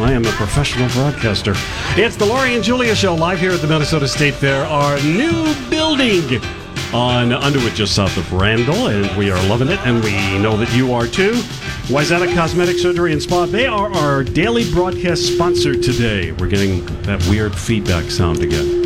I am a professional broadcaster. It's the Laurie and Julia Show live here at the Minnesota State Fair, our new building on Underwood, just south of Randall, and we are loving it, and we know that you are too. Wayzata Cosmetic Surgery and Spa, they are our daily broadcast sponsor today. We're getting that weird feedback sound again.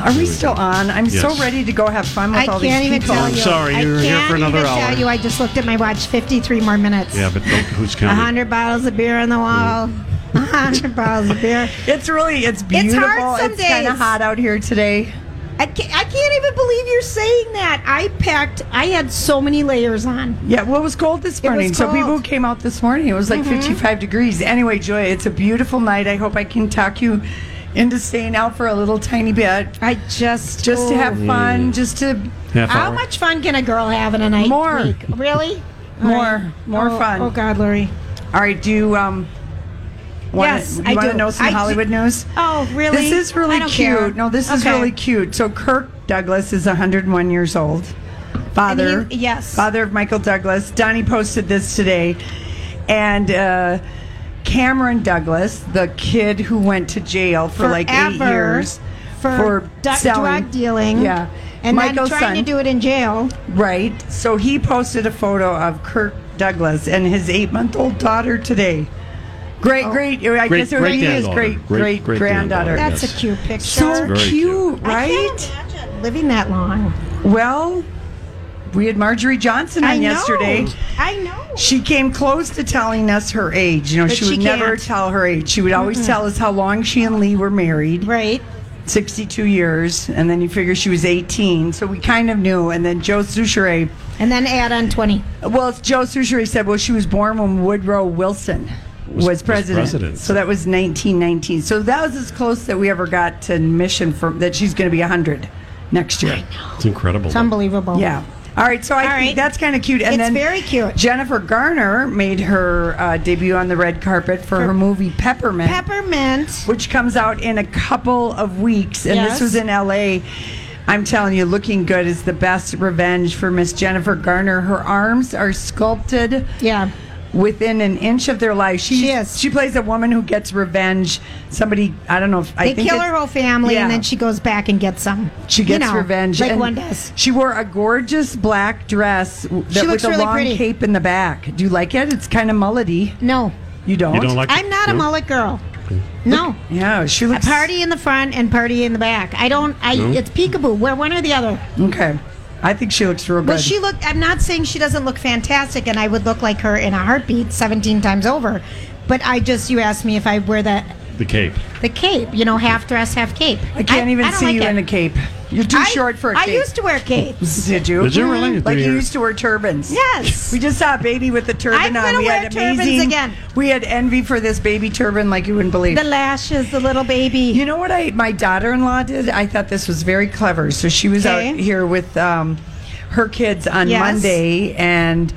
Are we still on? I'm so Yes. ready to go have fun with I all can't these even people. tell I'm you. sorry, I you're here can't for another even hour. Tell you, I just looked at my watch. Fifty-three more minutes. Yeah, but don't, who's A counting? hundred bottles of beer on the wall. Mm. A hundred bottles of beer. It's really, it's It's beautiful. hard some kind of days. hot out here today. I can't, I can't even believe you're saying that. I packed. I had so many layers on. Yeah, well, it was cold this was morning. So cold. Mm-hmm. people came out this morning. It was like 55 degrees. Anyway, Joy, it's a beautiful night. I hope I can talk you into staying out for a little tiny bit. I just Just to oh. have fun, just to Half How hour. much fun can a girl have in a night? More. week? Really? All More. right. More Oh, fun. Oh God, Lori. All right, do you um wanna, Yes, you I wanna do. know some I do- Hollywood news? Oh, really? This is really I don't cute. care. No, this is Okay. really cute. So Kirk Douglas is 101 years old. Father, And he- yes. father of Michael Douglas. Donnie posted this today, and uh, Cameron Douglas, the kid who went to jail for like eight Forever years for, du- selling- drug dealing. Yeah, And Michael's then trying son. to do it in jail. Right. So he posted a photo of Kirk Douglas and his eight-month-old daughter today. Great, Oh. great. I Great- guess it would be his great-granddaughter. great, Great- great, granddaughter. great-granddaughter. That's Yes. a cute picture. so very cute, cute. I right? can't imagine living that long. Well, we had Marjorie Johnson on I know. yesterday. I know. She came close to telling us her age. You know, But she would she never can't. tell her age. She would always tell us how long she and Lee were married Right. 62 years. And then you figure she was 18. So we kind of knew. And then Joe Souchere, And then add on 20. well, Joe Souchere said, well, she was born when Woodrow Wilson was, was president. president. So that was 1919. So that was as close that we ever got to admission from that she's going to be 100 next year. It's incredible. It's unbelievable. Yeah. All right, so I All think right. that's kind of cute. And It's then very cute. Jennifer Garner made her uh, debut on the red carpet for, her movie Peppermint, Peppermint. which comes out in a couple of weeks. And Yes. this was in LA. I'm telling you, looking good is the best revenge for Miss Jennifer Garner. Her arms are sculpted Yeah. within an inch of their life. She's, She is. She plays a woman who gets revenge. Somebody, I don't know if I They think kill it- her whole family and Yeah. then she goes back and gets some. She You gets know, revenge. Like and one does. She wore a gorgeous black dress w- that, looks with a really long pretty. cape in the back. Do you like it? It's kind of mullety. No. You don't? You don't like I'm not a No? mullet girl. No. Yeah, she A looks party in the front and party in the back. I don't. I. It's peekaboo. Where one or the other. Okay, I think she looks real good. Well, she looked. I'm not saying she doesn't look fantastic, and I would look like her in a heartbeat 17 times over. But I just, you asked me if I wear the The cape. the cape. You know, half dress, half cape. I can't even I don't see like you it. in a cape. You're too short for a I cape. used to wear capes. Did you? Mm-hmm. Did you really? Like Do you you- used to wear turbans. Yes. We just saw a baby with a turban I'm on. gonna We wear had turbans amazing. again. We had envy for this baby turban, like you wouldn't believe. the lashes, the little baby. You know what I my daughter-in-law did? I thought this was very clever. So she was Okay. out here with um, her kids on Yes. Monday and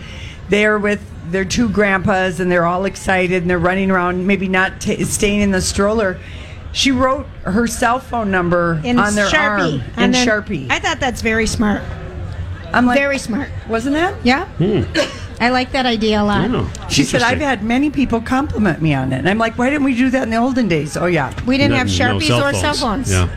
they're with their two grandpas and they're all excited and they're running around maybe not t- staying in the stroller. She wrote her cell phone number in on their Sharpie. arm On in their- Sharpie. I thought that's very smart. I'm like, very smart. wasn't that? Yeah. I like that idea a lot. Oh, She said, I've interesting. had many people compliment me on it. And I'm like, why didn't we do that in the olden days? Oh, yeah. We didn't No- have no sharpies or cell phones. Yeah.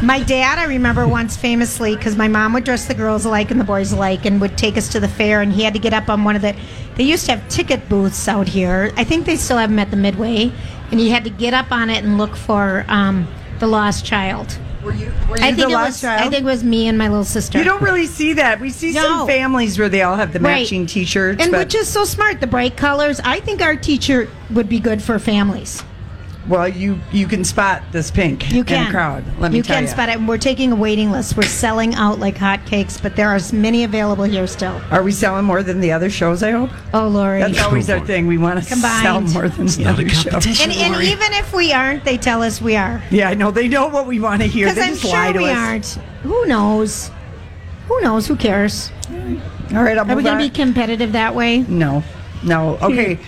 My dad, I remember once famously, because my mom would dress the girls alike and the boys alike and would take us to the fair, and he had to get up on one of the. They used to have ticket booths out here. I think they still have them at the Midway. And he had to get up on it and look for um, the lost child. Were you? Were you I the think it last was. child? I think it was me and my little sister. you don't really see that. We see No. some families where they all have the Right. matching T-shirts, and but- which is so smart. The bright colors. I think our teacher would be good for families. well, you you can spot this pink You can in a crowd. Let me you tell can you. spot it. And We're taking a waiting list. We're selling out like hotcakes, but there are s- many available here still. Are we selling more than the other shows? I hope. Oh, Lori. That's always our thing. We want to sell Combined. more than the not a other shows. competition. and, and even if we aren't, they tell us we are. Yeah, I know. They know what we want to hear. Because They I'm just lie sure to we us. aren't. Who knows? Who knows? Who cares? All right, I'll Are we move going to on. be Hmm. competitive that way? No, no. Okay.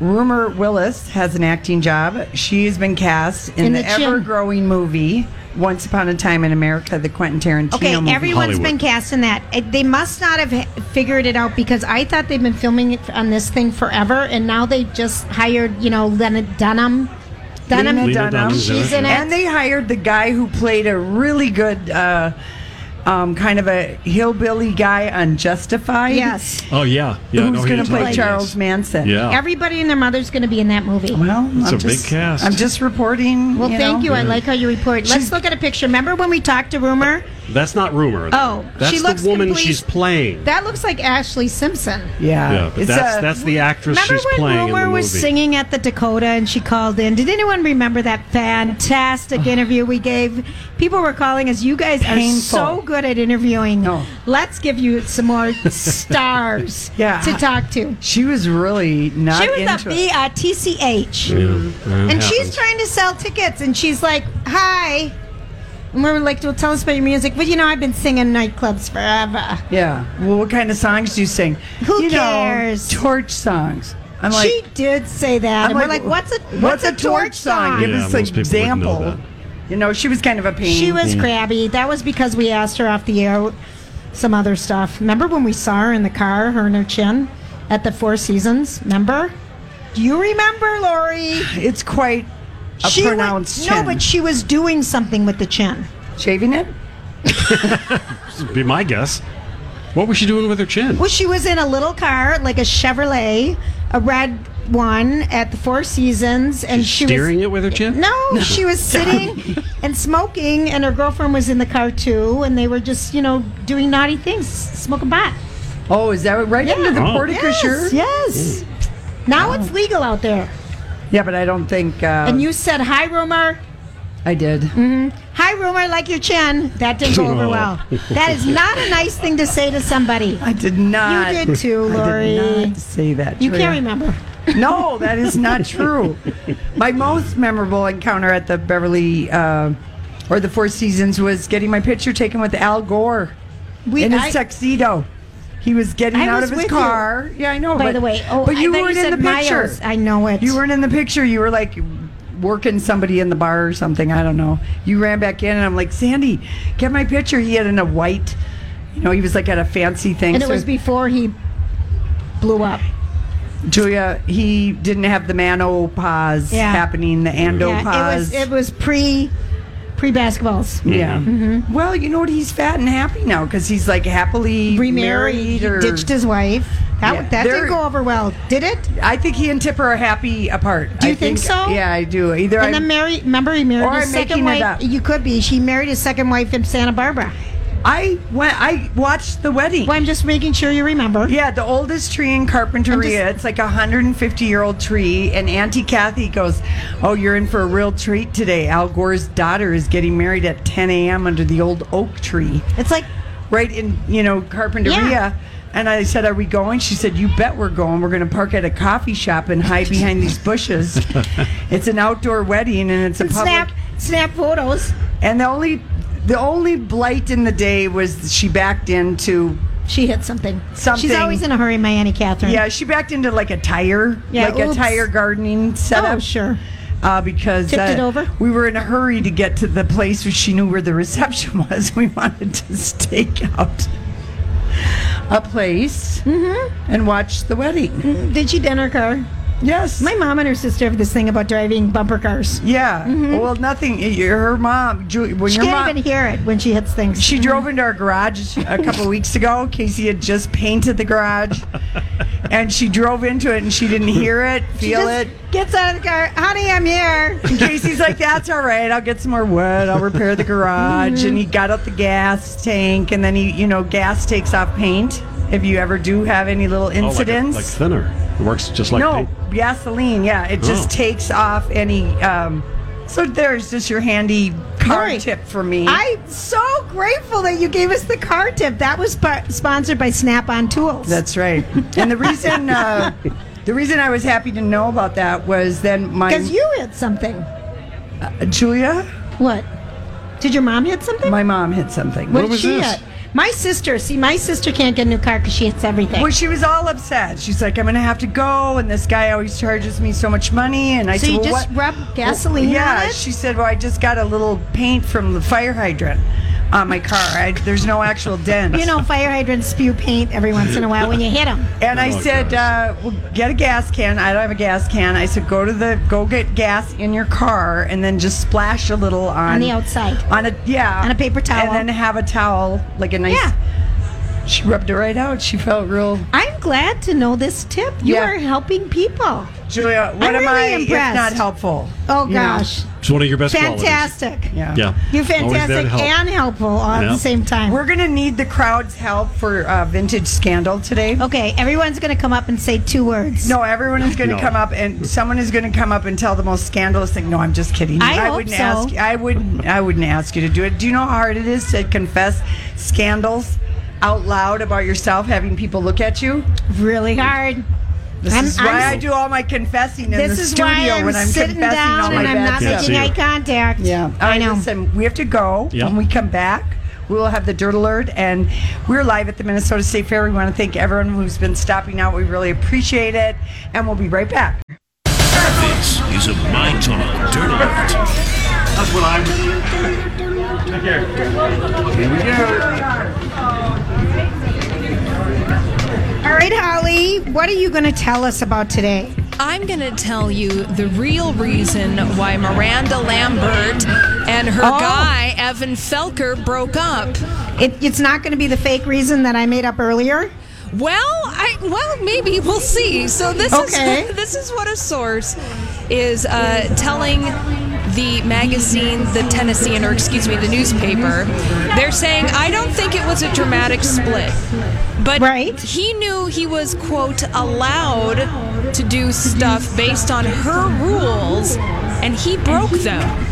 Rumor Willis has an acting job. She has been cast in, In the, the chin. ever growing movie Once Upon a Time in America, the Quentin Tarantino Okay, movie. everyone's been Hollywood. cast in that. Uh, They must not have h- figured it out because I thought they've been filming it on this thing forever, and now they just hired, you know, Lena Dunham. Dunham. Lena Lena Dunham. Dunham's She's in it. and they hired the guy who played a really good uh, um, kind of a hillbilly guy on Justified. Yes. Oh yeah, yeah. I know who's who going you're to play talking Charles about. Manson. Yeah. Everybody and their mother's going to be in that movie. Well, It's I'm a big just, cast. I'm just reporting. Well, you thank know. you. I like how you report. Let's look at a picture. Remember when we talked to Rumor? That's not rumor. Oh, that's she the looks woman complete- she's playing. That looks like Ashley Simpson. Yeah. yeah, but It's that's a- that's the actress Remember she's when playing in the Rumor movie. was singing at the Dakota and she called in? Did anyone remember that fantastic interview we gave? People were calling us. You guys are Painful. so good at interviewing. No. Let's give you some more stars Yeah. to talk to. She was really not She was into a it. B uh, TCH. Yeah, that And she's happens. trying to sell tickets, and she's like, "Hi," and we're like, "Well, tell us about your music." But you know, I've been singing nightclubs forever. Yeah. Well, what kind of songs do you sing? Who you know, cares? torch songs. I'm like, she did say that, I'm and we're like, "What's a what's, a torch, song?" Give Yeah, us most an people would know example. that. You know, she was kind of a pain. She Mm-hmm. was crabby. That was because we asked her off the air some other stuff. Remember when we saw her in the car, her and her chin, at the Four Seasons? Remember? Do you remember, Lori? It's quite a wa- pronounced No, chin. but she was doing something with the chin. shaving it. Would be my guess. What was she doing with her chin? Well, she was in a little car, like a Chevrolet, a red one at the Four Seasons, and she Steering was. it with her chin? No, she was sitting and smoking, and her girlfriend was in the car too, and they were just, you know, doing naughty things, smoking pot. Oh, is that right into the Oh. Yes, porticature? yes. Now it's legal out there. Yeah, but I don't think uh, And you Mm. said, "Hi, rumor." I did. Hi, rumor. Like your chin. That didn't go over Oh. well. That is not a nice thing to say to somebody. I did not. You did too, Lori. I did not say that. You Julia. can't remember. No, that is not true. my most memorable encounter at the Beverly uh, or the Four Seasons was getting my picture taken with Al Gore We in his I- tuxedo. He was getting I out of was his with you. car. Yeah, I know. By but, the way, oh, but I you thought weren't you in the said picture. Miles. I know it. You weren't in the picture. You were like working somebody in the bar or something. I don't know. You ran back in, and I'm like, Sandy, get my picture. He had in a white. You know, he was like at a fancy thing. And it so- was before he blew up. Julia, he didn't have the manopause Yeah. happening, the andopause. it was it was pre pre basketballs. Yeah. Mm-hmm. Well, you know what? He's fat and happy now because he's like happily Remarried, remarried. he Or ditched his wife. That Yeah. that They're- didn't go over well, did it? I think he and Tipper are happy apart. Do you I think so? Yeah, I do. Either and then I, marry, remember he married Or his I'm second making it wife. up. You could be. She married his second wife in Santa Barbara. I went. I watched the wedding. Well, I'm just making sure you remember. Yeah, the oldest tree in Carpinteria. it's like a 150 year old tree. And Auntie Kathy goes, Oh, you're in for a real treat today. Al Gore's daughter is getting married at 10 a.m. under the old oak tree. It's like right in you know Carpinteria. Yeah. And I said, "Are we going?" She said, "You bet we're going. We're going to park at a coffee shop and hide behind these bushes. it's an outdoor wedding, and it's a public. snap snap photos. And the only the only blight in the day was she backed into She hit something. Something. She's always in a hurry, my Auntie Catherine. yeah she backed into like a tire Yeah, like oops. a tire gardening setup. Oh, sure. Uh, because Tipped uh, it over? we were in a hurry to get to the place where she knew where the reception was. We wanted to stake out Mm-hmm. a place and watch the wedding. Did she dent her car? Yes. Mm-hmm. My mom and her sister have this thing about driving bumper cars. yeah. Well, nothing. Her mom, Julie, when Mm-hmm. She your can't mom, even hear it when she hits things. She drove into our garage a couple weeks ago. Casey had just painted the garage, and she drove into it, and she didn't hear it, She feel just it. Gets out of the car. Honey, I'm here. And Casey's like, "That's all right. I'll get some more wood. I'll repair the garage." and he got out the gas tank, and then he, you know, gas takes off paint. If you ever do have any little Oh, like a- incidents, like, thinner. It works just like no paint. gasoline. Yeah, it just Oh. takes off any. Um, so there's just your handy car Lori, tip for me. I'm so grateful that you gave us the car tip. That was par- sponsored by Snap On Tools. That's right. And the reason uh, the reason I was happy to know about that was then my because you hit something. Julia, What? Did your mom hit something? my mom hit something. What what did was she this? hit? My sister. See, my sister can't get a new car because she hits everything. Well, she was all upset. She's like, "I'm going to have to go," and this guy always charges me so much money. And I so said, you "Well, just what- rub gasoline yeah, on it? she said, "Well, I just got a little paint from the fire hydrant on my car. I, there's no actual dent." you know, fire hydrants spew paint every once in a while when you hit them. And I Oh, said, uh, gosh. well, get a gas can. I don't have a gas can. I said, go to the, go get gas in your car and then just splash a little on, On the outside. On a, yeah. On a paper towel. And then have a towel, like a nice. Yeah. She rubbed it right out. She felt real. I'm glad to know this tip. You Yeah. are helping people. Julia, what I'm am really I impressed. if not helpful? Oh, You know? gosh. It's one of your best qualities. Fantastic. Yeah. Yeah. You're Always there to fantastic help. and helpful all at Yeah. the same time. We're going to need the crowd's help for uh, Vintage Scandal today. okay, everyone's going to come up and say two words. No, everyone is going to No. come up and someone is going to come up and tell the most scandalous thing. No, I'm just kidding. I hope wouldn't so. ask. I wouldn't. I wouldn't ask you to do it. Do you know how hard it is to confess scandals out loud about yourself, having people look at you? Really hard. This I'm- is why I'm- i do all my confessing in This the is studio why I'm when I'm sitting confessing all down my and I'm bad not Yeah, stuff. see making you. eye contact. Yeah, I All right, know. Listen, we have to go. Yeah. When we come back, we will have the dirt alert, and we're live at the Minnesota State Fair. We want to thank everyone who's been stopping out. We really appreciate it, and we'll be right back. This is a My Talk Dirt Alert. That's what I'm. Here. Here we go. All right, Holly, what are you going to tell us about today? I'm going to tell you the real reason why Miranda Lambert and her Oh. guy, Evan Felker, broke up. It, it's not going to be the fake reason that I made up earlier. Well, I well maybe we'll see. So this Okay. is this is what a source is uh, telling the magazine, the Tennessean, or excuse me, the newspaper. They're saying I don't think it was a dramatic split, but Right. he knew he was quote allowed to do stuff based on her rules, and he broke them.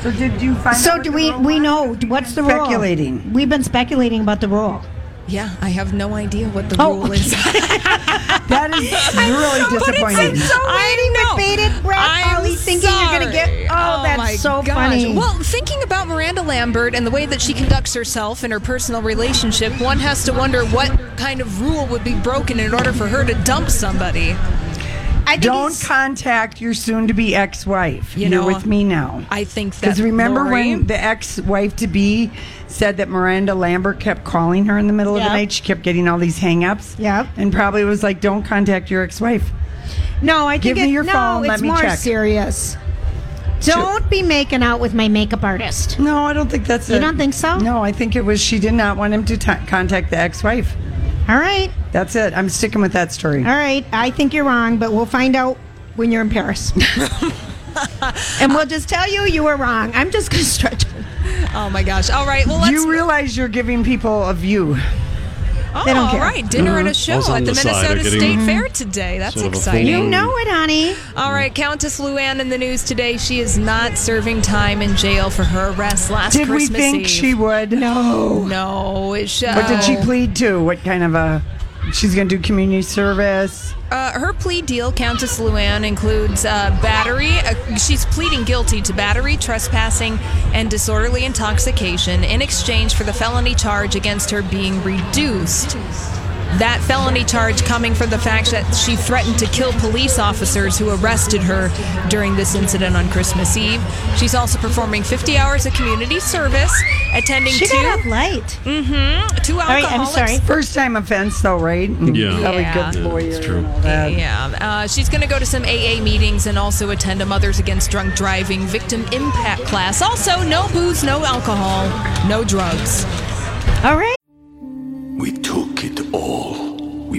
So did you find? So out do what we? the We rule know what's the rule. Speculating. We've been speculating about the rule. Yeah, I have no idea what the Oh, rule is. was? That is really disappointing. so waiting with bated breath, Ollie, thinking you're gonna get- Oh, that's my so funny. Well, thinking about Miranda Lambert and the way that she conducts herself in her personal relationship, one has to wonder what kind of rule would be broken in order for her to dump somebody. I think Don't he's- contact your soon-to-be ex-wife. You You are know, with me now. I think that Because remember Lori- when the ex-wife to be said that Miranda Lambert kept calling her in the middle of Yep. the night? She kept getting all these hang-ups. Yep. And probably was like, "Don't contact your ex-wife." No, I Give think me it- your no, phone, It's let me more check. serious. Don't be making out with my makeup artist. No, I don't think that's. You it. don't think so? No, I think it was she did not want him to t- contact the ex-wife. All right, That's it. I'm sticking with that story. all right. I think you're wrong, but we'll find out when you're in Paris. and we'll just tell you you were wrong. I'm just going to stretch. Oh my gosh! All right, well let's. You realize you're giving people a view. oh, they don't care. all right, dinner and a show Also Mm-hmm. on at the, the side, Minnesota they're getting State Fair today. That's sort of a exciting. full- You know it, honey. All right, Countess Luann in the news today. She is not serving time in jail for her arrest last Did we Christmas think Eve. she would? No. No, it should. What did she plead to? What kind of a? She's going to do community service. Uh, her plea deal, Countess Luann, includes uh, battery. Uh, she's pleading guilty to battery, trespassing, and disorderly intoxication in exchange for the felony charge against her being reduced. that felony charge coming from the fact that she threatened to kill police officers who arrested her during this incident on Christmas Eve. She's also performing 50 hours of community service, attending She two, Mm-hmm, got up late. two right, I'm alcoholics. sorry. First time offense, though, right? Yeah. Probably Yeah. good lawyer. That's true. And all that. Yeah, uh, she's going to go to some AA meetings and also attend a Mothers Against Drunk Driving victim impact class. Also, no booze, no alcohol, no drugs. All right. We took it all. We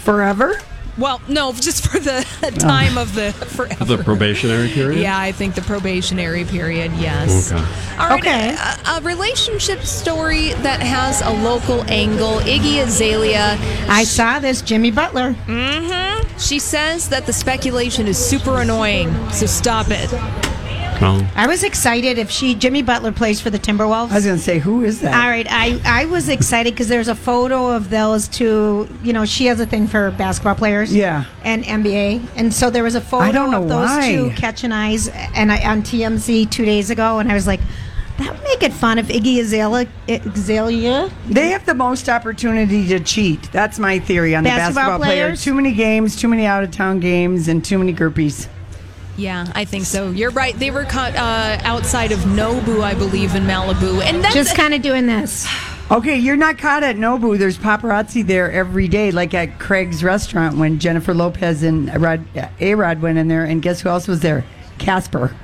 Forever? Well, no, just for the Oh. time of the forever. The probationary period? Yeah, I think the probationary period, yes. Okay. All right, uh, Okay. A, a relationship story that has a local angle. Iggy Azalea, Mm-hmm. I saw this Jimmy Butler. she says that the speculation is super annoying, so stop it. Well, I was excited if she Jimmy Butler plays for the Timberwolves. I was going to say, who is that? All right, I, I was excited because there's a photo of those two. You know, she has a thing for basketball players. Yeah. And NBA, and so there was a photo I don't know of those why. two catching eyes, and I, on TMZ two days ago, and I was like, that would make it fun if Iggy Azalea, Azalea They have the most opportunity to cheat. That's my theory on the Basketball basketball player. players? Too many games, too many out of town games, and too many groupies. Yeah, I think so. You're right. They were caught uh, outside of Nobu, I believe, in Malibu, and that's just kind of doing this. Okay, you're not caught at Nobu. There's paparazzi there every day, like at Craig's restaurant when Jennifer Lopez and Rod, A Rod went in there. And guess who else was there? Casper.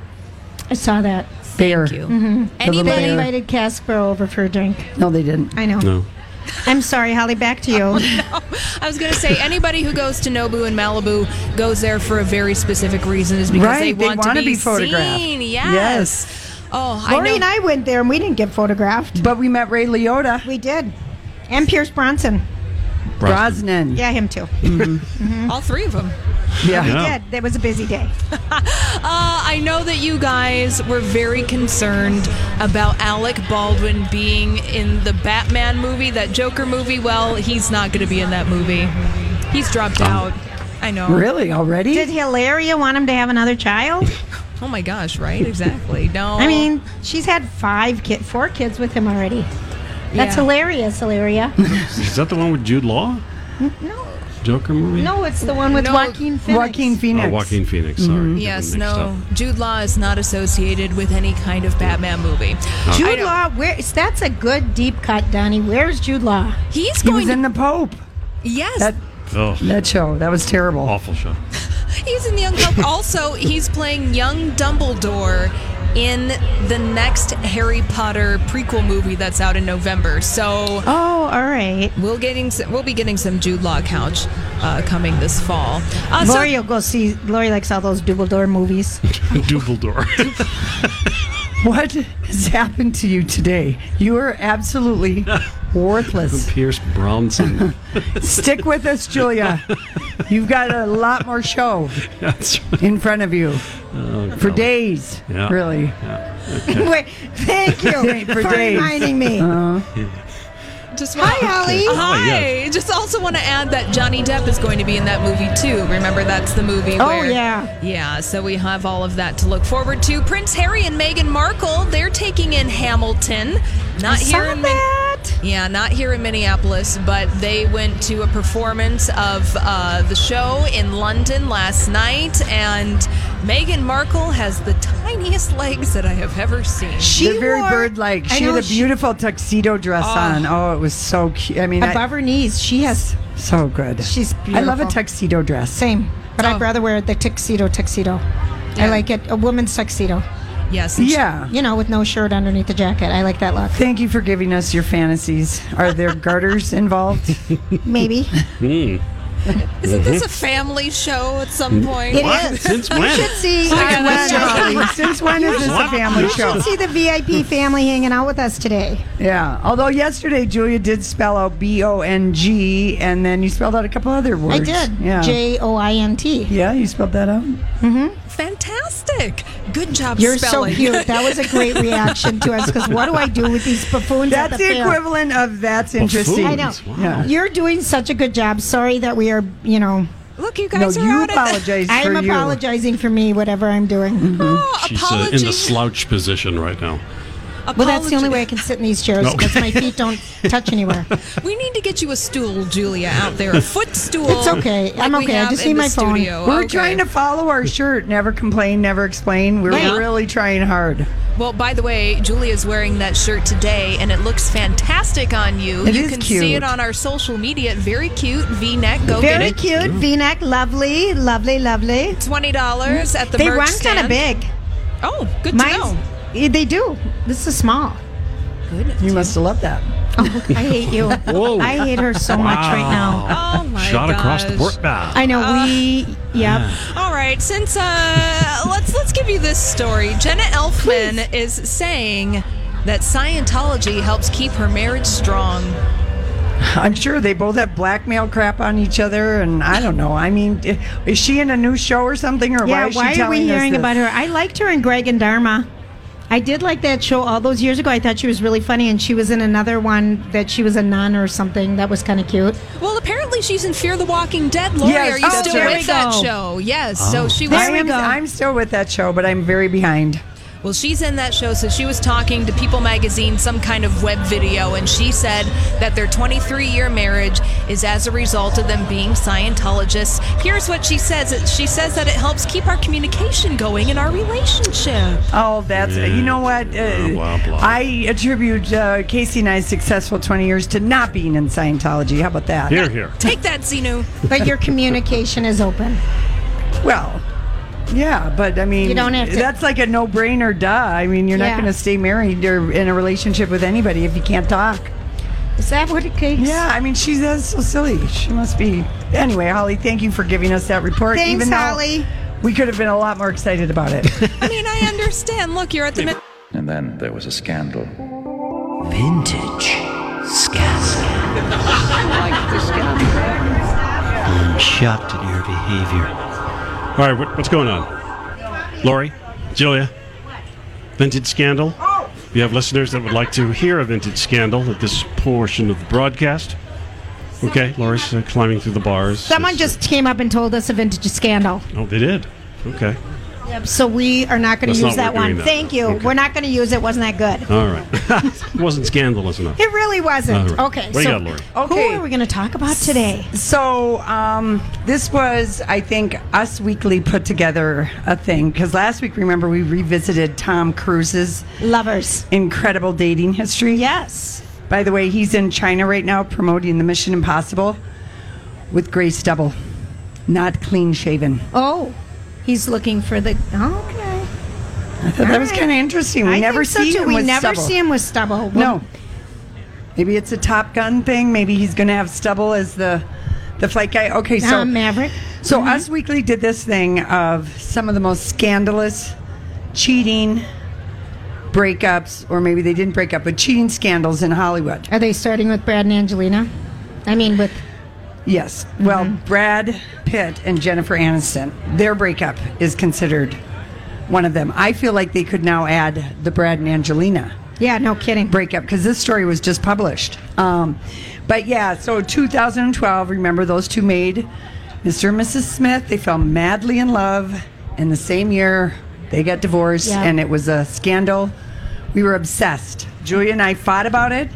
I saw that. Bear. you. The little They bear. invited Casper over for a drink. No, they didn't. I know. no. I'm sorry, Holly. Back to you. I was going to say anybody who goes to Nobu in Malibu goes there for a very specific reason, is because Right, they they want wanna to be be, photographed. Seen. Yes. Yes. Oh, I Lori know. and I went there, and we didn't get photographed. But we met Ray Liotta. We did. And Pierce Bronson. Brosnan. Yeah, him too. all three of them. Yeah. Yeah. Yeah, that was a busy day. Uh, I know that you guys were very concerned about Alec Baldwin being in the Batman movie, that Joker movie. Well, he's not going to be in that movie. He's dropped out. I know. Really? Already? Did Hilaria want him to have another child? Oh my gosh! Right? Exactly. No. I mean, she's had five kid, four kids with him already. That's Yeah. hilarious, Hilaria. Is that the one with Jude Law? no, Joker movie? no, it's the one with No, Joaquin Phoenix. Joaquin Phoenix. Oh, Joaquin Phoenix, sorry. Yes, Got mixed no. Jude Law is not associated with any kind of Batman movie. I Jude don't- Law, where is that's a good deep cut, Donnie. Where's Jude Law? He's He going was to. in The Pope. yes. That, up. Oh, that show. That was terrible. awful show. he's in the Young Pope. also, he's playing young Dumbledore in the next Harry Potter prequel movie that's out in November. So. Oh, all right. We'll getting s- we'll be getting some Jude Law couch uh, coming this fall. Uh, so- Lori will go see. Lori likes all those Dumbledore movies. Dumbledore. What has happened to you today? You are absolutely worthless. Pierce Bronson. Stick with us, Julia. You've got a lot more show That's right. in front of you for days, Oh, Yeah. really. Wait, thank you For for days. reminding me. just Hi, Holly. Hi. Just also want to add that Johnny Depp is going to be in that movie too. Remember, that's the movie. Oh, where- yeah. yeah. So we have all of that to look forward to. Prince Harry and Meghan Markle—they're taking in Hamilton, not Saw here in Min- that. Yeah, not here in Minneapolis, but they went to a performance of uh, the show in London last night, and Meghan Markle has the tiniest legs that I have ever seen. They're very bird-like. She had a beautiful tuxedo dress on. Oh, it was so cute. I mean, I- above her knees. She has. so good. She's I love a beautiful. tuxedo dress. Same, but I'd rather wear the tuxedo. Tuxedo. I like it. A woman's tuxedo. Yes. Yeah. You know, with no shirt underneath the jacket. I like that look. Thank you for giving us your fantasies. Are there garters involved? Maybe Isn't this a family show at some point? It What? is. Since You when? should see. our Mr. wedding. Holly, Since when is this a family You show? should see the VIP family hanging out with us today. Yeah. Although yesterday Julia did spell out B O N G, and then you spelled out a couple other words. I did. Yeah. J O I N T. yeah, you spelled that out. Fantastic. Good job You're spelling. so cute. That was a great reaction to us because what do I do with these buffoons? That's at the the fair? equivalent of that's interesting. I know. Oh, Wow. Yeah. You're doing such a good job. Sorry that we are, you know, Look, you No, guys are you out at the- apologize I'm for you. apologizing for me, whatever I'm doing. Oh, She's uh, in the apology- slouch position right now. Well, that's the only way I can sit in these chairs No. because my feet don't touch anywhere. We need to get you a stool, Julia, out there. A footstool. It's okay. I'm like we okay. I have just in need the my phone. studio. We're Okay. trying to follow our shirt. Never complain, never explain. We're Yeah. really trying hard. Well, by the way, Julia's wearing that shirt today, and it looks fantastic on you. It you is can cute. see it on our social media. Very cute V-neck. Go get Very it. cute. V neck. Lovely. Lovely. Lovely. Twenty dollars at the they merch run stand. kind of big. Oh, good to Mine's, know. eh, they do. This is small. You must have loved that. Oh, I hate you. Whoa. I hate her so much right now. Oh my Shot across the gosh. board. Ah. I know. we. Yep. All right, since uh, let's let's give you this story. Jenna Elfman is saying that Scientology helps keep her marriage strong. I'm sure they both have blackmail crap on each other, and I don't know. I mean, i- is she in a new show or something, or why Yeah, is she why, are telling we us hearing this? about her? I liked her in Greg and Dharma. I did like that show all those years ago. I thought she was really funny, and she was in another one that she was a nun or something. That was kind of cute. Well, apparently she's in Fear the Walking Dead. Lori, Yes, are you oh, still there with we that go. Oh, show? Yes. So she was. There I we am, go. I'm still with that show, but I'm very behind. Well, she's in that show, so she was talking to People Magazine, some kind of web video, and she said that their 23 year marriage is as a result of them being Scientologists. Here's what she says It- She says that it helps keep our communication going in our relationship. Oh, that's you know what? Uh, Yeah, blah, blah. I attribute uh, Casey and I's successful 20 years to not being in Scientology. How about that? Here, here. Take that, Zenu. But your communication is open. Well, yeah, but I mean, You don't have to- that's like a no-brainer. Duh. I mean, you're not Yeah. going to stay married or in a relationship with anybody if you can't talk. Is that what it takes? Yeah, I mean, she's that's so silly. She must be. Anyway, Holly, thank you for giving us that report. Thanks, even though Holly. We could have been a lot more excited about it. I mean, I understand. Look, you're at the. Mid- And then there was a scandal. Vintage scandal. I'm shocked at your behavior. All right, what, what's going on? Lori, Julia, Vintage Scandal. If you have listeners that would like to hear a Vintage Scandal at this portion of the broadcast. Okay, Lori's uh, climbing through the bars. Someone just came up and told us a vintage scandal. Oh, they did. Okay. So we are not going That's to use not that what we're one. doing now. Thank you. Okay. We're not going to use it. Wasn't that good? All right. it wasn't scandalous enough. It really wasn't. All right. Okay. What do you so got, Lori? Okay. Who are we going to talk about today? So um, this was, I think, us weekly put together a thing because last week, remember, we revisited Tom Cruise's Lovers. incredible dating history. Yes. By the way, he's in China right now promoting the Mission Impossible with Grace Double, not clean shaven. Oh, he's looking for the. Okay. I thought that was All right. kind of interesting. We I never think so, see too. him We with never stubble. see him with stubble. Well, No. Maybe it's a Top Gun thing. Maybe he's going to have stubble as the the flight guy. Okay, so uh, Maverick. So Us Weekly did this thing of some of the most scandalous cheating breakups, or maybe they didn't break up, but cheating scandals in Hollywood. Are they starting with Brad and Angelina? I mean, with Yes. Well, Brad Pitt and Jennifer Aniston, their breakup is considered one of them. I feel like they could now add the Brad and Angelina yeah, no kidding. breakup because this story was just published. Um, but yeah, so 2012, remember those two made Mr. and Mrs. Smith. They fell madly in love, and the same year they got divorced, Yeah. and it was a scandal. We were obsessed. Julia and I fought about it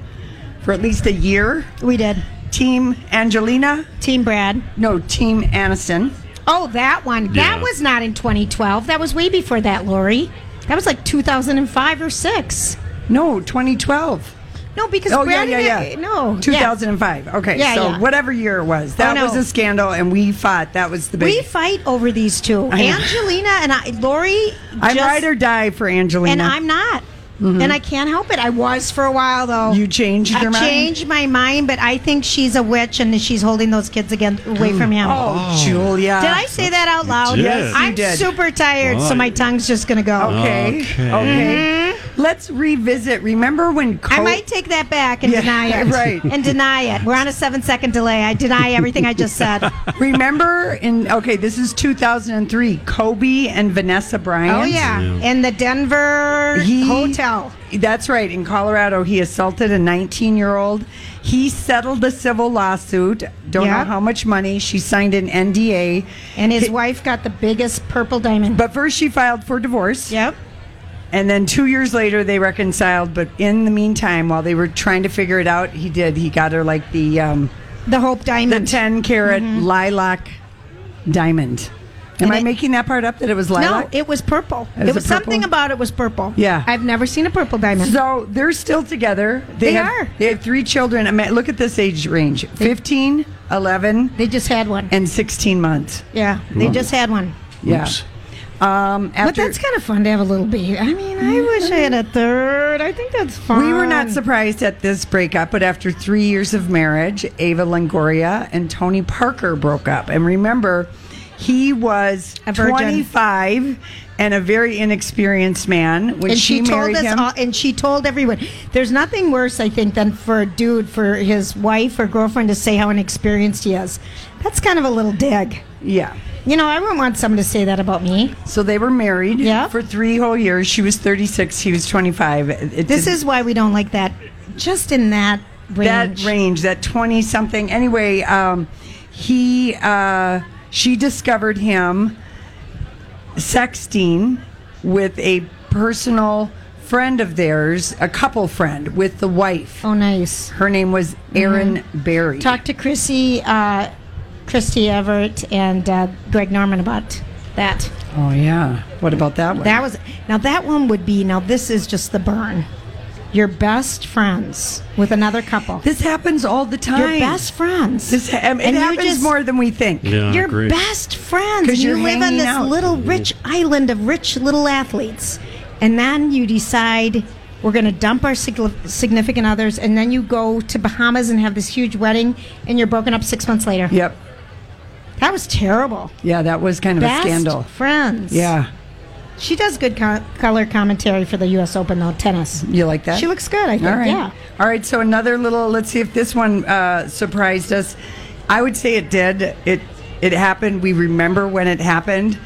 for at least a year. We did. Team Angelina. Team Brad. No, Team Aniston. Oh, that one. Yeah. That was not in 2012. That was way before that, Lori. That was like 2005 or 6. No, 2012. No, because oh yeah, Brad yeah, yeah. and I- no. 2005. Okay, Yeah, so yeah. whatever year it was, that Oh, no. was a scandal, and we fought. That was the big. We fight over these two. I know. Angelina and I, Lori. I'm just- ride or die for Angelina. And I'm not. Mhm. And I can't help it. I was for a while, though. You changed I your mind? changed my mind, but I think she's a witch and she's holding those kids again away from him. Oh, Julia. Did I say that out loud? did. Yes, you I'm did. super tired, Well, so my tongue's just going to go. Okay. Okay. Okay. Let's revisit. Remember when Mm-hmm. I co- might take that back and Yeah, deny it. right. And deny it. We're on a seven second delay. I deny everything I just said. Remember in okay, this is 2003. Kobe and Vanessa Bryant. Oh, yeah. And the Denver hotel. That's right. In Colorado, he assaulted a 19 year old. He settled a civil lawsuit. Don't know Yep. how much money. She signed an NDA. And his wife got the biggest purple diamond. But first, she filed for divorce. Yep. And then two years later, they reconciled. But in the meantime, while they were trying to figure it out, he did. He got her like the um, the Hope Diamond, the 10 karat lilac diamond. Am Mm-hmm. And I it- making that part up that it was lilac? No, it was purple. It was It was a purple? something about it was purple. Yeah. I've never seen a purple diamond. So they're still together. They have, are. They have three children. I mean, look at this age range 15, 11. They just had one. And 16 months. yeah, they just had one. Yeah. Um, but that's kind of fun to have a little baby. I mean, I wish I had a third. I think that's fun. Mm-hmm. We were not surprised at this breakup, but after three years of marriage, Ava Longoria and Tony Parker broke up. And remember, he was A virgin. 25 and a very inexperienced man when and she, she, told married us him. all, and she told everyone there's nothing worse i think than for a dude for his wife or girlfriend to say how inexperienced he is that's kind of a little dig yeah. you know i wouldn't want someone to say that about me So they were married Yeah. for three whole years. She was 36, he was 25. It this did- is why we don't like that just in that range that range, that 20 something. Anyway, um, he uh, she discovered him sexting with a personal friend of theirs, a couple friend with the wife. Oh, nice. Her name was Erin Barry. Mm-hmm. talk to chrissy uh, christy everett and uh, greg norman about that oh yeah. What about that one? That was now that one would be now this is just the burn. Your best friends with another couple. This happens all the time. Your best friends. This ha- um, it you happens more than we think. Yeah, I your agree. best friends. 'Cause and you you're live on hanging this out. little rich island of rich little athletes, and then you decide we're going to dump our sigli- significant others, and then you go to Bahamas and have this huge wedding, and you're broken up six months later. Yep. That was terrible. Yeah, that was kind of best a scandal. friends. Yeah. She does good co- color commentary for the U.S. Open, though, tennis. You like that? She looks good, I think. All right. Yeah. All right. So another little. Let's see if this one uh, surprised us. I would say it did. It it happened. We remember when it happened.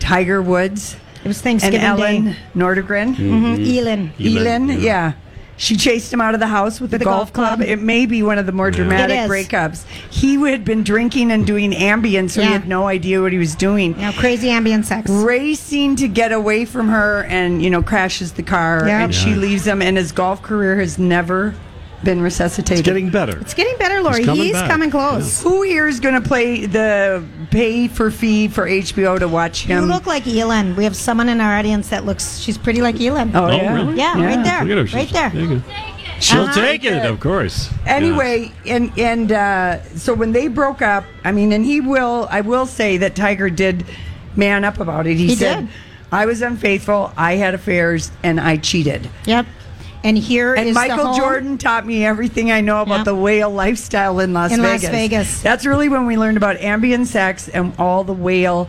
Tiger Woods. It was Thanksgiving and Ellen Day. Nordegren. Mhm. Mm-hmm. Elin. Elin. Elin, Yeah. yeah. She chased him out of the house with, a a golf, golf club. club. It may be one of the more dramatic It is. breakups. He had been drinking and doing ambient, so he Yeah. had no idea what he was doing. Now, crazy ambient sex. racing to get away from her and you know crashes the car Yep. and she Yeah. leaves him and his golf career has never been resuscitated. It's getting better. It's getting better, Lori. He's He's coming coming, back. close. Who here is going to play the pay for fee for HBO to watch him? You look like Elin. We have someone in our audience that looks, she's pretty like Elin. Oh, Oh, yeah. really? Yeah, right there. Look at her. Right She's- there. you go. She'll Uh-huh. take it, of course. Anyway, and and uh, so when they broke up, I mean, and he will, I will say that Tiger did man up about it. He, He said, did. "I was unfaithful. I had affairs, and I cheated." Yep. And here And is the Michael home. Jordan taught me everything I know about Yep. the whale lifestyle in Las In Las Vegas. Vegas. That's really when we learned about ambient sex and all the whale,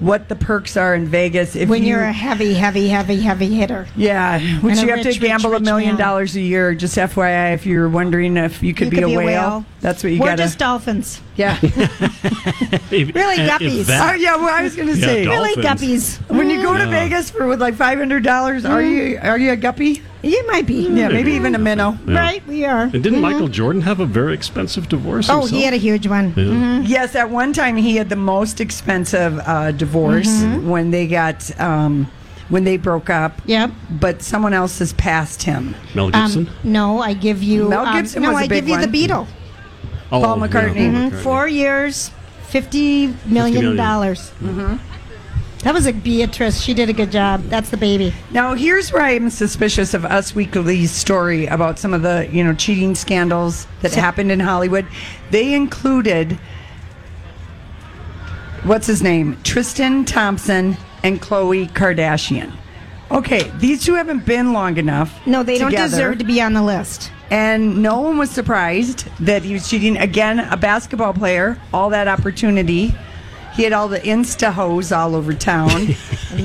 what the perks are in Vegas. If When you, you're a heavy, heavy, heavy, heavy hitter. yeah, which and a you have to rich, rich, gamble a rich million man. dollars a year. Just FYI, if you're wondering if you could, You be, a whale, that's what you We're got. just dolphins. yeah. If- Really, if guppies. Oh that- yeah, well I was gonna Yeah, say dolphins. Really, guppies. when you go to Yeah. Vegas for with like five hundred dollars, are Mm-hmm. you are you a guppy? You might be. Yeah, maybe even a minnow. Yeah. Right? We are. And didn't Michael Jordan have a very expensive divorce? Oh, he had a huge one. Mm-hmm. Mhm. Yes, at Mm-hmm. one time he had the most expensive uh, divorce when they got um, when they broke up. Yep. But someone else has passed him. Mel Um, Gibson. no, I give you Mel um, Gibson no, was a I big give you the one. Beatle. Oh, Paul yeah, McCartney. Mhm. Four years, fifty million million. dollars. Mm-hmm. That was a Beatrice. She did a good job. That's the baby. Now, here's where I'm suspicious of Us Weekly's story about some of the, you know, cheating scandals that happened in Hollywood. They included what's his name? Tristan Thompson and Khloe Kardashian. Okay, these two haven't been long enough. No, they don't deserve to be on the list. And no one was surprised that he was cheating. Again, a basketball player, all that opportunity. He had all the Insta hoes all over town,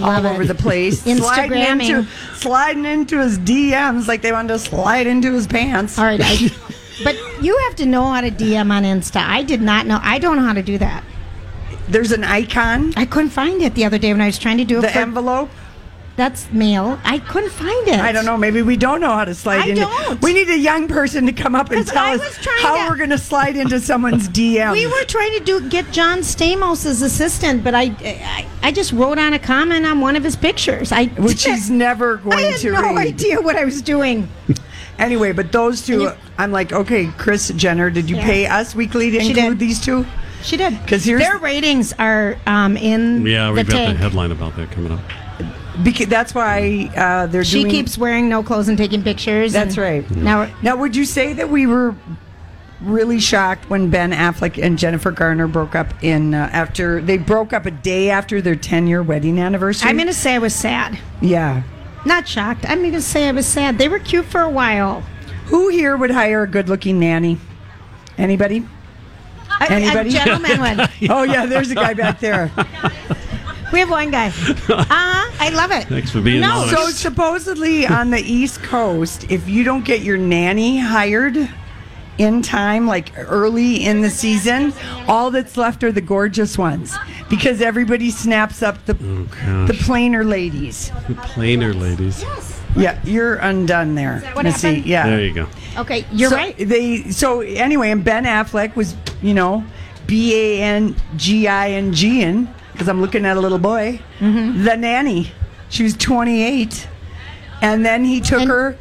all over the place, sliding into, Instagramming. sliding into his DMs like they wanted to slide into his pants. All right, I, but you have to know how to DM on Insta. I did not know. I don't know how to do that. There's an icon. I couldn't find it the other day when I was trying to do it. The for- envelope. That's mail. I couldn't find it. I don't know. Maybe we don't know how to slide I into. don't. We need a young person to come up and That's what I tell was us trying how to- we're going to slide into someone's DM. We were trying to do get John Stamos's assistant, but I, I, I just wrote on a comment on one of his pictures. I which he's never going I had to no read. idea what I was doing. Anyway, but those two, I'm like, okay, Chris Jenner, did you Yeah. pay us weekly to She include did. these two? She did 'Cause here's- their ratings are um, in Yeah, the we've got the tank. headline about that coming up. Because that's why uh, they're She doing. keeps wearing no clothes and taking pictures. That's and right. Now Now, would you say that we were really shocked when Ben Affleck and Jennifer Garner broke up in uh, after they broke up a day after their 10 year wedding anniversary? I'm going to say I was sad, yeah. not shocked. I'm going to say I was sad. They were cute for a while. Who here would hire a good looking nanny? Anybody? A- Anybody? A gentleman would. Oh yeah, there's a guy back there. We have one guy. Uh, I love it. Thanks for being no, honest. So supposedly on the East Coast, if you don't get your nanny hired in time, like early in the season, all that's left are the gorgeous ones because everybody snaps up the Oh, gosh. the plainer ladies. Plainer ladies. Yeah, you're undone there, what Missy. happened? Yeah, There you go. Okay, you're so right. They so anyway, and Ben Affleck was you know B A N G I N G N because I'm looking at a little boy. Mm-hmm. The nanny, she was 28, and then he took And- her.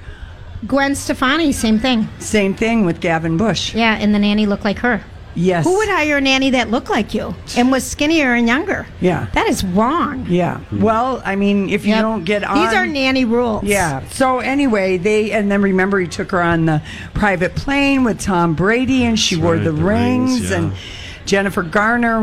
Gwen Stefani, same thing. Same thing with Gavin Bush. Yeah, and the nanny looked like her. Yes. Who would hire a nanny that looked like you and was skinnier and younger? Yeah. That is wrong. Yeah. Hmm. Well, I mean, if you Yep. don't get on. These are nanny rules. Yeah. So anyway, they and then remember he took her on the private plane with Tom Brady, and she wore right, the, the rings, rings, yeah. and Jennifer Garner.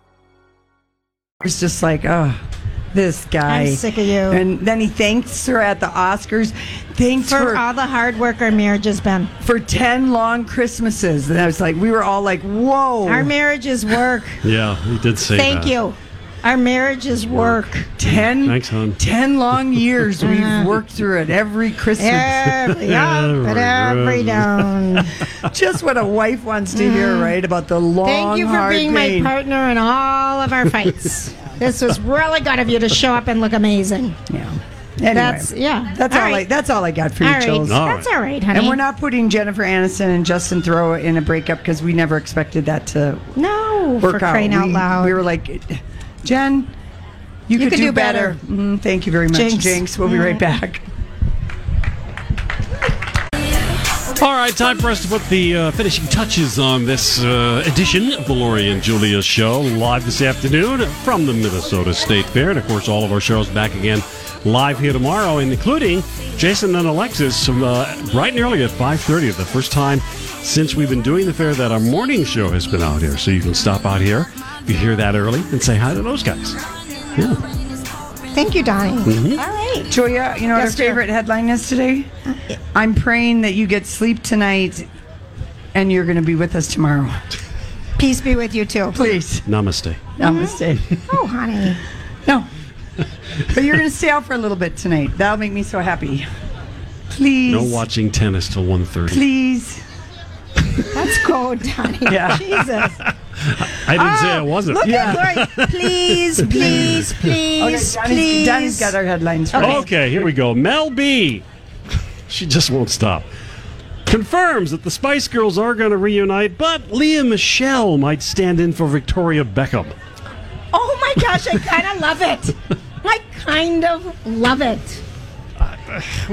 It's just like, oh, this guy. I'm sick of you. And then he thanks her at the Oscars. Thanks For for all the hard work our marriage has been. for ten long Christmases. And I was like, we were all like, whoa. Our marriage is work. Yeah, he did say Thank that. you. Our marriage is work. 10, Thanks, hon. 10 long years we've worked through it every Christmas. Every up and every down. Just what a wife wants to hear, right? About the long, Mm. Thank you for hard being my pain. partner in all of our fights. This was really good of you to show up and look amazing. Yeah. Anyway, That's yeah. that's all, all I, that's all I got for All you, right. Jules. All That's right. all right, honey. And we're not putting Jennifer Aniston and Justin Thoreau in a breakup because we never expected that to No, work for out. crying out we, loud. we were like, Jen, you, could, do, better. Mm, thank you very much, Jinx. Jinx. Mm-hmm. We'll be right back. All right, time for us to put the uh, finishing touches on this uh, edition of the Lori and Julia Show, live this afternoon from the Minnesota State Fair. And of course, all of our shows back again live here tomorrow, and including Jason and Alexis from, uh, bright and early at 5.30, the first time since we've been doing the fair that our morning show has been out here. So you can stop out here if you hear that early and say hi to those guys. Yeah. Thank you, Donnie. Mm. All right. Julia, you know what our Yes, Uh, dear. favorite headline is today? I'm praying that you get sleep tonight and you're going to be with us tomorrow. Peace be with you Mm-hmm. too. Please. Namaste. Namaste. Oh, honey. No. but you're going to stay out for a little bit tonight. That'll make me so happy. Please. No watching tennis till 1.30. Please. That's cold, Donnie. Yeah. Jesus. I didn't say I wasn't. Ah, Look at Lori. Please, please, please, Okay, Donnie's- please. Donnie's got our headlines. Okay. Okay. here we go. Mel B. She just won't stop. Confirms that the Spice Girls are going to reunite, but Leah Michelle might stand in for Victoria Beckham. Oh my gosh, I kind of love it. I kind of love it.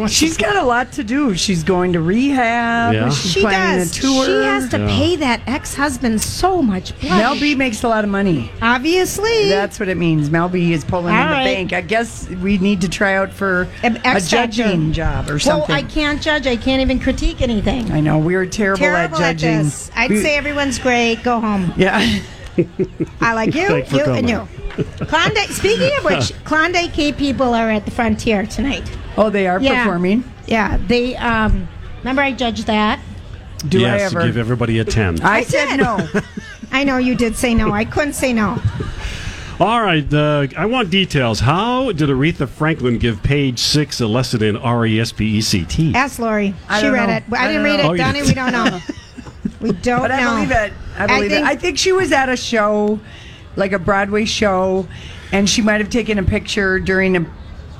She's got a lot to do. She's going to rehab. Yeah. She's She planning does. a tour. She has to Yeah. pay that ex-husband so much blood. Mel B makes a lot of money. Obviously. That's what it means. Mel B is pulling All in the right. bank. I guess we need to try out for An a ex judge. judging job or something. Well, I can't judge. I can't even critique anything. I know we were terrible, Terrible at at judging. this. I'd We- say everyone's great. Go home. yeah. I like you, Thanks for you, coming. and you. Klondike. Speaking of which, Klondike K people are at the frontier tonight. Oh, they are Yeah. performing. Yeah, they. Um, remember, I judged that. Do yes, I ever? to give everybody a 10. I said did. no. I know you did say no. I couldn't say no. All right, uh, I want details. How did Aretha Franklin give page six a lesson in R E S P E C T? Ask Lori. I she don't read know. it. I I didn't don't read it. know. Oh, you Donnie, we didn't. don't know. We don't But know. I believe it. I believe think- it. I think she was at a show, like a Broadway show, and she might have taken a picture during a,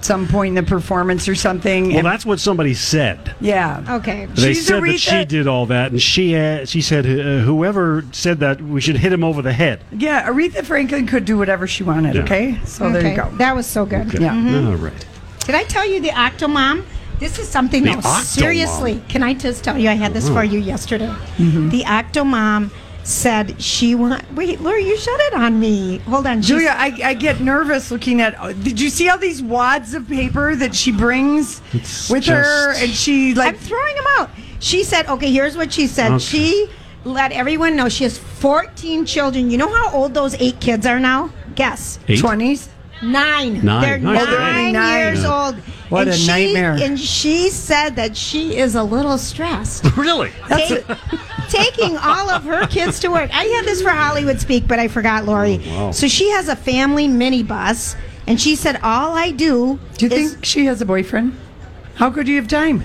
some point in the performance or something. Well, And- that's what somebody said. yeah. Okay. They She's said that Aretha. she did all that, and she uh, she said uh, whoever said that we should hit him over the head. Yeah, Aretha Franklin could do whatever she wanted, Yeah. okay? So there Okay. you go. That was so good. Okay. Yeah. Mm-hmm. All right. Did I tell you the Octomom? This is something The else. Octomom. Mm-hmm. Seriously, can I just tell you? I had this for you yesterday. The Octomom said she want. Wait, Lori, you shut it on me. Hold on, she's- Julia, I, I get nervous looking at. oh, Did you see all these wads of paper that she brings It's with her? just- And she, like, I'm throwing them out. She said, okay, here's what she said. Okay. She let everyone know she has 14 children. You know how old those eight kids are now? Guess. Eight? 20s? 9 Nine. They're Nice. nine, Oh, they're only nine. years Yeah. old. What and a she, nightmare. And she said that she is a little stressed. Really? That's Ta- taking all of her kids to work. I had this for Hollywood Speak, but I forgot Lori. Oh, wow. So she has a family minibus, and she said, "All I do." Do you is- think she has a boyfriend? How could you have time?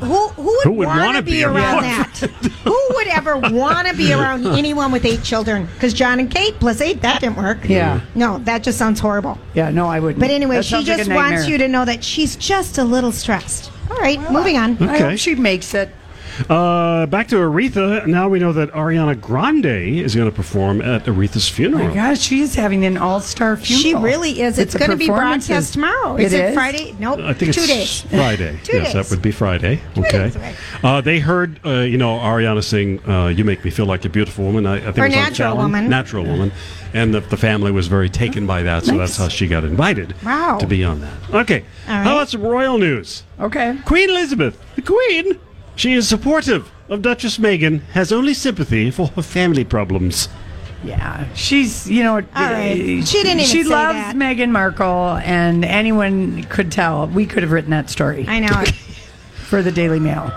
who who would, Who would want wanna to be be, around around that? who would ever want to be around anyone with eight children? Because John and Kate plus eight, that didn't work. Yeah. No, that just sounds horrible. Yeah, no, I wouldn't. But anyway, That she sounds like just a wants nightmare. you to know that she's just a little stressed. All right, moving on. I Okay. hope she makes it. Uh, back to Aretha. Now we know that Ariana Grande is going to perform at Aretha's Oh funeral. Gosh, she is having an all-star funeral. She really is. It's, a going to be performances. broadcast tomorrow. Is it is? Friday? Nope. I think Two it's days. Friday. Two yes, days. that would be Friday. Okay. days away. Uh, they heard, uh, you know, Ariana sing uh, "You Make Me Feel Like a Beautiful Woman." I, I think Or it was on Natural Fallon. Woman. Natural Woman, and the, the family was very taken by that, so that's how she got invited. Wow. To be on that. Okay. All How right. about some royal news? Okay. Queen Elizabeth, the Queen, she is supportive of Duchess Meghan, has only sympathy for her family problems. Yeah, she's you know. right. uh, She didn't even She say loves that. Meghan Markle, and anyone could tell. We could have written that story I know. it. for the Daily Mail.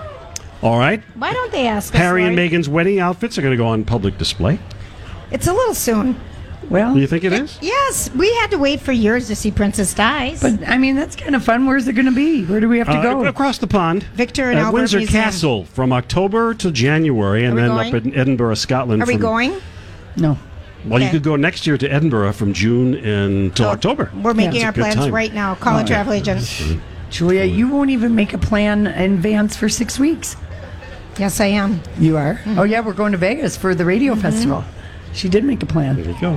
All right. Why don't they ask us? Harry and Lori? Meghan's wedding outfits are going to go on public display. It's a little soon. Well, Do you think it is? Yes, we had to wait for years to see Princess Dies. but I mean that's kind of fun. Where's it going to be? Where do we have to Uh, go? across the pond. Victor and at Albert Windsor Museum. Castle from October to January, and Are we then going? up in Edinburgh, Scotland. Are we from- going? no. Well, you Okay. Oh, could go next year to Edinburgh from June until October. We're making It's a our good plans time. right now. Call a travel agent. Julia, you won't even make a plan in advance for six weeks. Yes, I am. You are? Oh, yeah, we're going to Vegas for the Mm-hmm. radio festival. She did make a plan. There you go.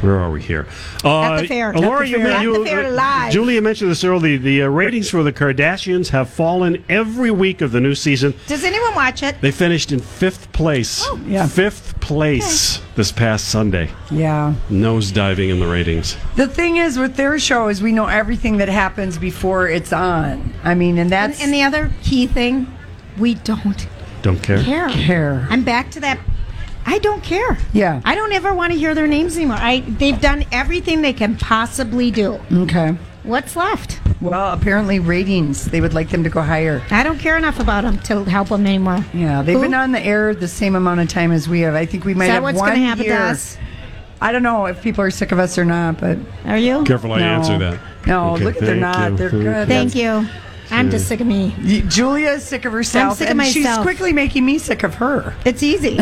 Where are we here? Uh, At the fair. uh, Laura, At the you fair. men- At you- the fair live. Julia mentioned this earlier. The, uh, ratings for the Kardashians have fallen every week of the new season. Does anyone watch it? They finished in fifth place. Oh, yeah. Fifth place this past Sunday. Yeah. Nosediving in the ratings. The thing is with their show is we know everything that happens before it's on. I mean, and And, that's and the other key thing, we don't Don't care. care. Care. I'm back to that. I don't care. Yeah. I don't ever want to hear their names anymore. I they've done everything they can possibly do. okay. What's left? Well, apparently ratings. They would like them to go higher. I don't care enough about them to help them anymore. Yeah, they've Who? been on the air the same amount of time as we have. I think we might Is that have what's one gonna happen to year us? I don't know if people are sick of us or not, but are you Careful I No. answer that. No, look at they're thank not. you, They're good. Thank you. I'm just sick of me. Julia is sick of herself. I'm sick of and She's myself. quickly making me sick of her. It's easy.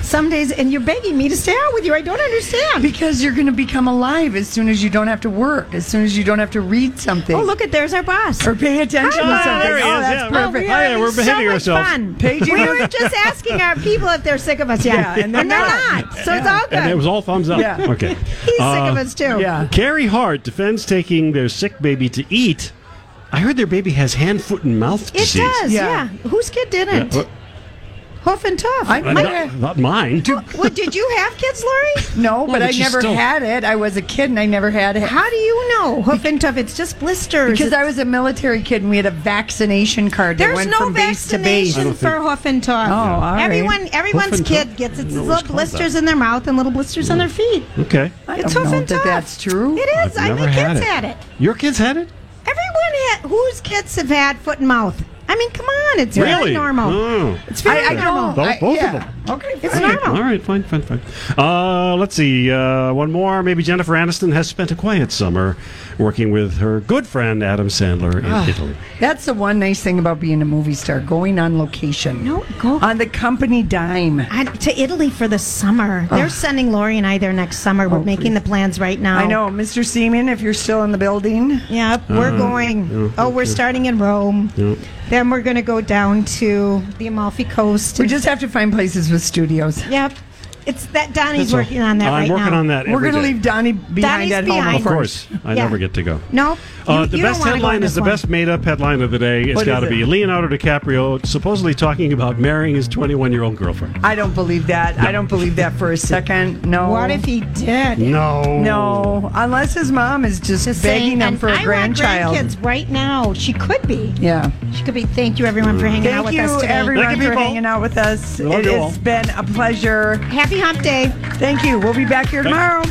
Some days, and you're begging me to stay out with you. I don't understand. Because you're going to become alive as soon as you don't have to work, as soon as you don't have to read something. Oh, look at there's our boss. Or pay attention Hi, to boss. something. Oh, Oh, there he is. that's Yeah, Oh, perfect. we Hi, are we're having so behaving much ourselves. fun. Paige, you we know- were just asking our people if they're sick of us. Yeah, Yeah, and they're they're not. So it's all good. And it was all thumbs up. Yeah. Okay. He's Uh, sick of us too. Yeah. Carrie Hart defends taking their sick baby to eat. I heard their baby has hand, foot, and mouth It disease. does. Yeah. Yeah. Whose kid didn't? Yeah, Hoof and Tuff. I- but- My- uh, not, not mine. well, did you have kids, Lori? No, No, but, but I she's never still- had it. I was a kid and I never had it. How do you know Hoof and Tuff? It's just blisters. Because I was a military kid and we had a vaccination card that There's went no from base to base. I vaccination don't for think- Hoof and Tuff. Oh, all right. Everyone, everyone's and Tuff? kid gets I don't its know little it's called blisters that. in their mouth and little blisters on their feet. Okay. I It's don't Hoof know and that Tuff. that's true. It is. I I've never my kids had had it. it. Your kids had it? Everyone had. Whose kids have had foot and mouth? I mean, come on. It's Really? very normal. Oh. It's I, very I normal. don't. I, Both- both of yeah. them. Okay. It's fine. normal. All right, fine, fine, fine. Uh, let's see, uh, one more. Maybe Jennifer Aniston has spent a quiet summer working with her good friend Adam Sandler in Italy. That's the one nice thing about being a movie star going on location. No, go- On the company dime. I, to Italy for the summer. They're sending Lori and I there next summer. We're making the plans right now. Oh, I know, Mr. Seaman, if you're still in the building. Yep, Hmm. we're going. oh, we're starting in Rome. Then we're going to go down to the Amalfi Coast. We just have to find places with studios. yep. It's that Donnie's That's all. Oh, working on that I'm right working now. on that. We're every going to day. leave Donnie behind Donnie's at behind. home. Of course, I Yeah. never get to go. Nope. Uh, you- the you don't best wanna go on headline this is the one. best made up headline of the day. It's What got to is it? be Leonardo DiCaprio supposedly talking about marrying his 21 year old girlfriend. I don't believe that. I don't believe that for a second. No. What if he did? No. No, unless his mom is just, begging him and for a I grandchild. Want grandkids right now. She could be. Yeah. She could be. Thank you, everyone, for hanging Thank out with you, us today. everyone, Thank you, for people. hanging out with us. love It you has been a pleasure. Happy Hump Day. Thank you. We'll be back here tomorrow.